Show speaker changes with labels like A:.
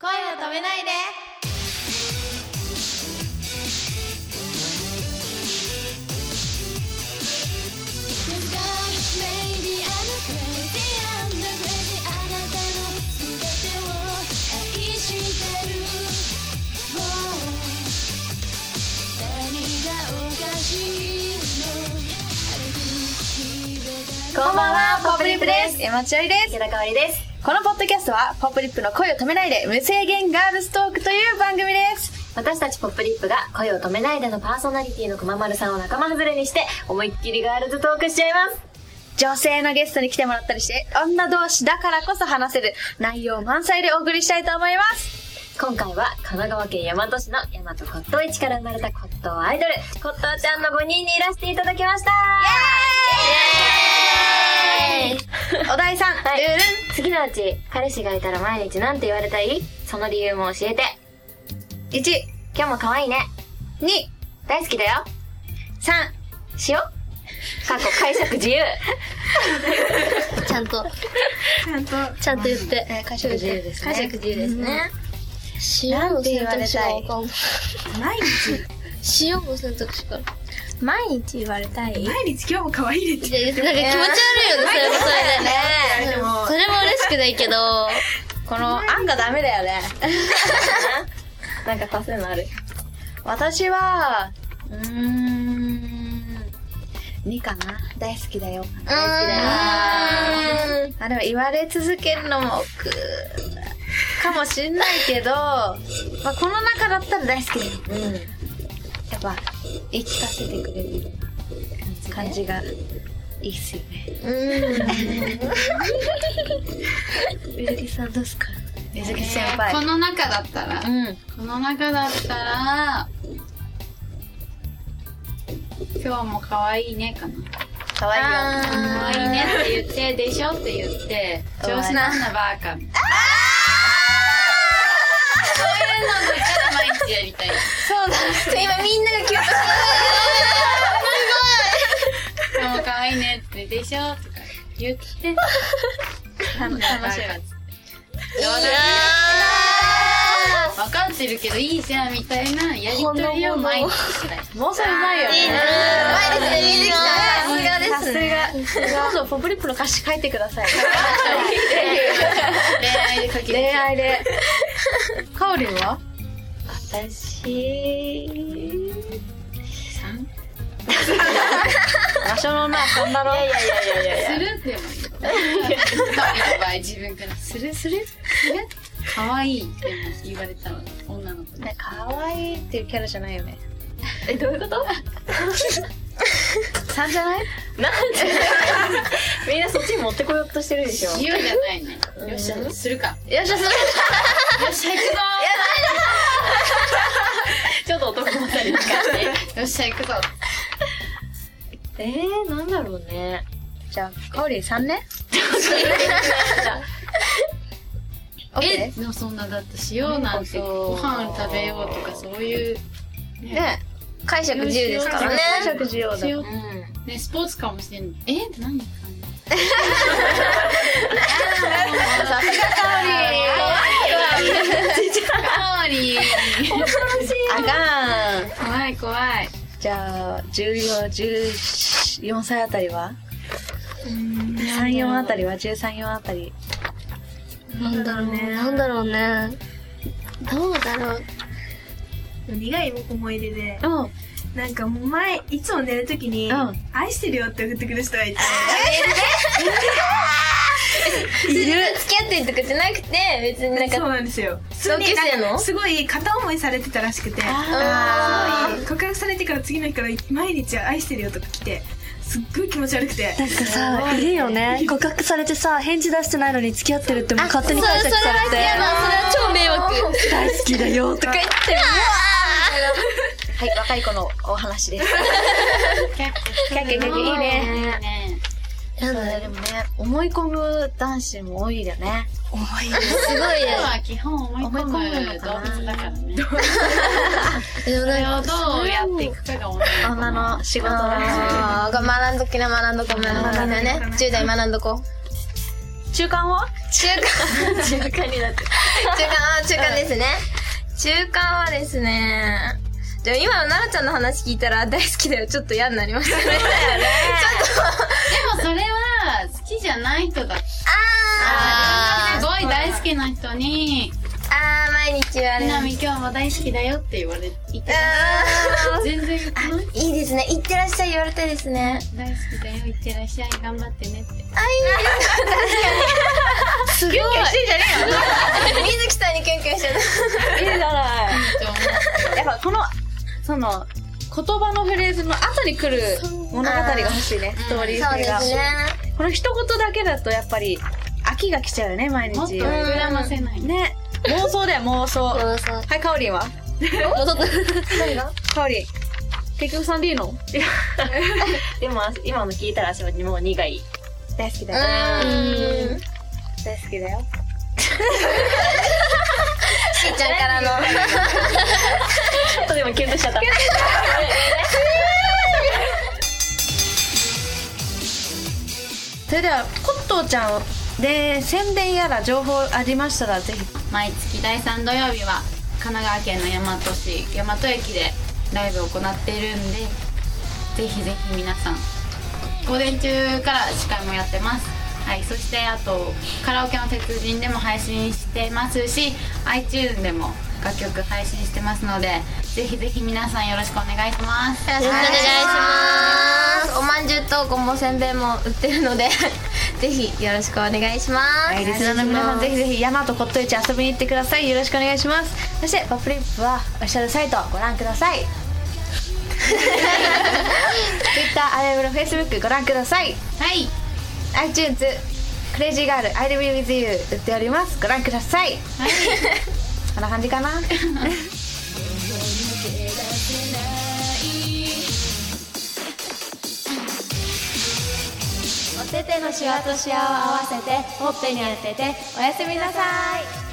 A: 声を止めないで
B: こんばんは、ポップリップです。
A: す
B: 山千織です。
A: 田香織です
B: このポッドキャストは、ポップリップの声を止めないで、無制限ガールストークという番組です。
A: 私たちポップリップが声を止めないでのパーソナリティのくままるさんを仲間外れにして思いっきりガールズトークしちゃいます
B: 女性のゲストに来てもらったりして、女同士だからこそ話せる内容満載でお送りしたいと思います。
A: 今回は神奈川県大和市の大和骨董市から生まれた骨董アイドル骨董ちゃんの5人にいらしていただきましたイエーイ
B: お題さん、
A: はい
B: ルールン。
A: 次のうち彼氏がいたら毎日なんて言われたいその理由も教えて
B: 1、
A: 今日も可愛いね
B: 2、
A: 大好きだよ
B: 3。
A: しよう過去解釈自由
B: ちゃんと、
C: ちゃんと、
B: ちゃんと言って。えー解釈自由ですね。
A: 解釈自由ですね。
D: 塩の選択肢がわかんない。
C: 毎日、
D: 塩の選択肢から。
E: 毎日言われたい
C: 毎日今日も可愛いです。
D: いや、なんか気持ち悪いよね、それもそれで。
C: で
D: うん
C: も、
D: それも嬉しくないけど、
B: この案がダメだよね。
A: なんか足すのある
B: 私は、うーん、2かな。大好きだよ。
D: うーん。
B: あ、でも言われ続けるのも億劫かもしんないけど、まあこの中だったら大好きだよ。
A: うん
B: やっぱ、言い聞かせてくれるような感じがいいっすよね。
D: ゆりさんどうっすか
B: 水木先輩。
C: この中だったら、
B: うん。
C: この中だったら、今日も可愛いねかな。
B: かわいいよ。
C: 可愛いねって言って、でしょって言って、調子なんだバーカ。そういうのから毎日やりたい。
D: 今みんながキュッと
C: 今日も可愛いねって、でしょとか言って、なんだよバーカっつって。冗談言って分かってるけどいいじゃんみたいなやりとりを毎日したい
B: 妄想うまいよね。
D: 前ですね、見えてきた。
B: さすがですね。さすが。そう、ポップリップの歌詞書いてください。
C: 恋愛で書き
B: 恋愛で。
C: カオリンは
B: 私場所のな、そんだろ。いやいやいやいや。
C: するでもいいよカオリンの場合自分からするするする可愛いって言われた女の子
B: ね、可愛いっていうキャラじゃないよね。
A: えどういうこと
B: さんじゃない
A: なんでみんなそっちに持ってこようとしてるでしょ
C: 言うじゃないねよっしゃするか
B: よっしゃ、それ。
C: よっしゃ行
A: ちょっと男もたりに
C: くぞよっしゃ行くぞ
A: えー、なんだろうね。
B: じゃあ、かおりん3ね。オッ
C: え
B: ケ
C: でもそんなだってしようなんてご飯食べようとかそういう
B: ー。ね
D: 解釈自由ですからね。
B: 食事用だ。
C: しよう
A: うん。
C: ねスポーツかもしれんえって何
B: さすがかおり
C: カオリン
B: ん。あかん。
C: 怖い怖い
B: じゃあ、14、14歳あたりは ?3、4あたりは ?13、4あたり。
D: なんだろうね。なんだろうね。どうだろう。
F: 苦い思い出で、
B: うん。うん。
F: なんかもう前、いつも寝るときに、
B: うん
F: 愛してるよって送ってくる人がいて、
D: 付き合ってるとかじゃなくて、別になん
F: そう
D: か、
F: なんですよ。
D: 同級生の
F: すごい片思いされてたらしくて、
D: あ
F: すごい告白されてから次の日から毎日愛してるよとか来て、すっごい気持ち悪くて、
G: なんかさ、いるよね。告白されてさ、返事出してないのに付き合ってるってもう勝手に解釈されて。
D: それは嫌だ。それは超迷惑。
G: 大好きだよとか言って。
B: はい、若い子のお話です。
C: キャッ
B: キャッキャッキャッキャいいね。
C: いいね
D: なん
B: そう
D: だ
B: だでもね、思い込む男子も多いよね。
D: すごい
C: 今
D: ね。
C: は基本思い込む動
B: 思い込むのかな
C: 物だからね
D: でも
C: それ
D: な
C: を
D: んか、
C: どうやっていくかが女の
B: 女の仕事だ
D: あー学んどきな、学んどこ、学んどきなね。10代学んどこ。
B: し。中間は
D: 中間、中間になって。中間、あ
A: 中間ですね。中間はですね、でも今の奈々ちゃんの話聞いたら大好きだよ。ちょっと嫌になりましたね。
C: もそれは好きじゃない人だす
A: あー
C: ごい大好きな人に
A: あー、毎日は
C: 「みな
A: ね。
C: み今日も大好きだよ」って言われていた
A: あ
C: 全然言ってない
A: ーいいですね。いってらっしゃい言われたいですね。
C: 大好きだよいってらっしゃい頑張ってねっ
A: あ、いいで
C: て
A: す。すごい。キュンキュンしてんじゃねえよ。水木さんにキュンキュンして
B: いいじゃない
C: 思う
B: やっぱこのその言葉のフレーズの後に来る物語が欲しいねストーリー
A: た。そう
B: 性
A: で
B: が、
A: すね。
B: この一言だけだとやっぱり飽きが来ちゃうよね毎
C: もっと
B: 日
C: 膨らませない
B: ね妄想だよ妄想は
D: そうそう
B: いかおりんは
D: 戻った
B: かおりん結局さんでいい の
H: でも今の聞いたら私はもう2がいい
B: 大好きだよ
A: うん。
B: 大好きだよ
A: しーちゃんからの。
H: ちょっとでもキュンとしちゃった
B: それではコットーちゃんで宣伝やら情報ありましたらぜひ
C: 毎月第3土曜日は神奈川県の大和市大和駅でライブを行っているんでぜひぜひ皆さん午前中から司会もやってますはいそしてあとカラオケの鉄人でも配信してますし iTunes でも楽曲配信してますのでぜひぜひ皆さんよろしくお願いします
A: よろしくお願いします。おまんじゅうとごもせんべいも売ってるので、ぜひよろしくお願いします。
B: はい、リスナーの皆さんぜひぜひ山と骨董市遊びに行ってくださいよろしくお願いしますそしてパプリップはオフィシャルサイトをご覧くだ さい Twitter、アイブロ、Facebook ご覧ください
C: はい
B: iTunes クレイジーガール I'll be with you 売っておりますご覧ください、こんな感じかな
A: お手手のシワとシワを合わせてほっぺに当てておやすみなさい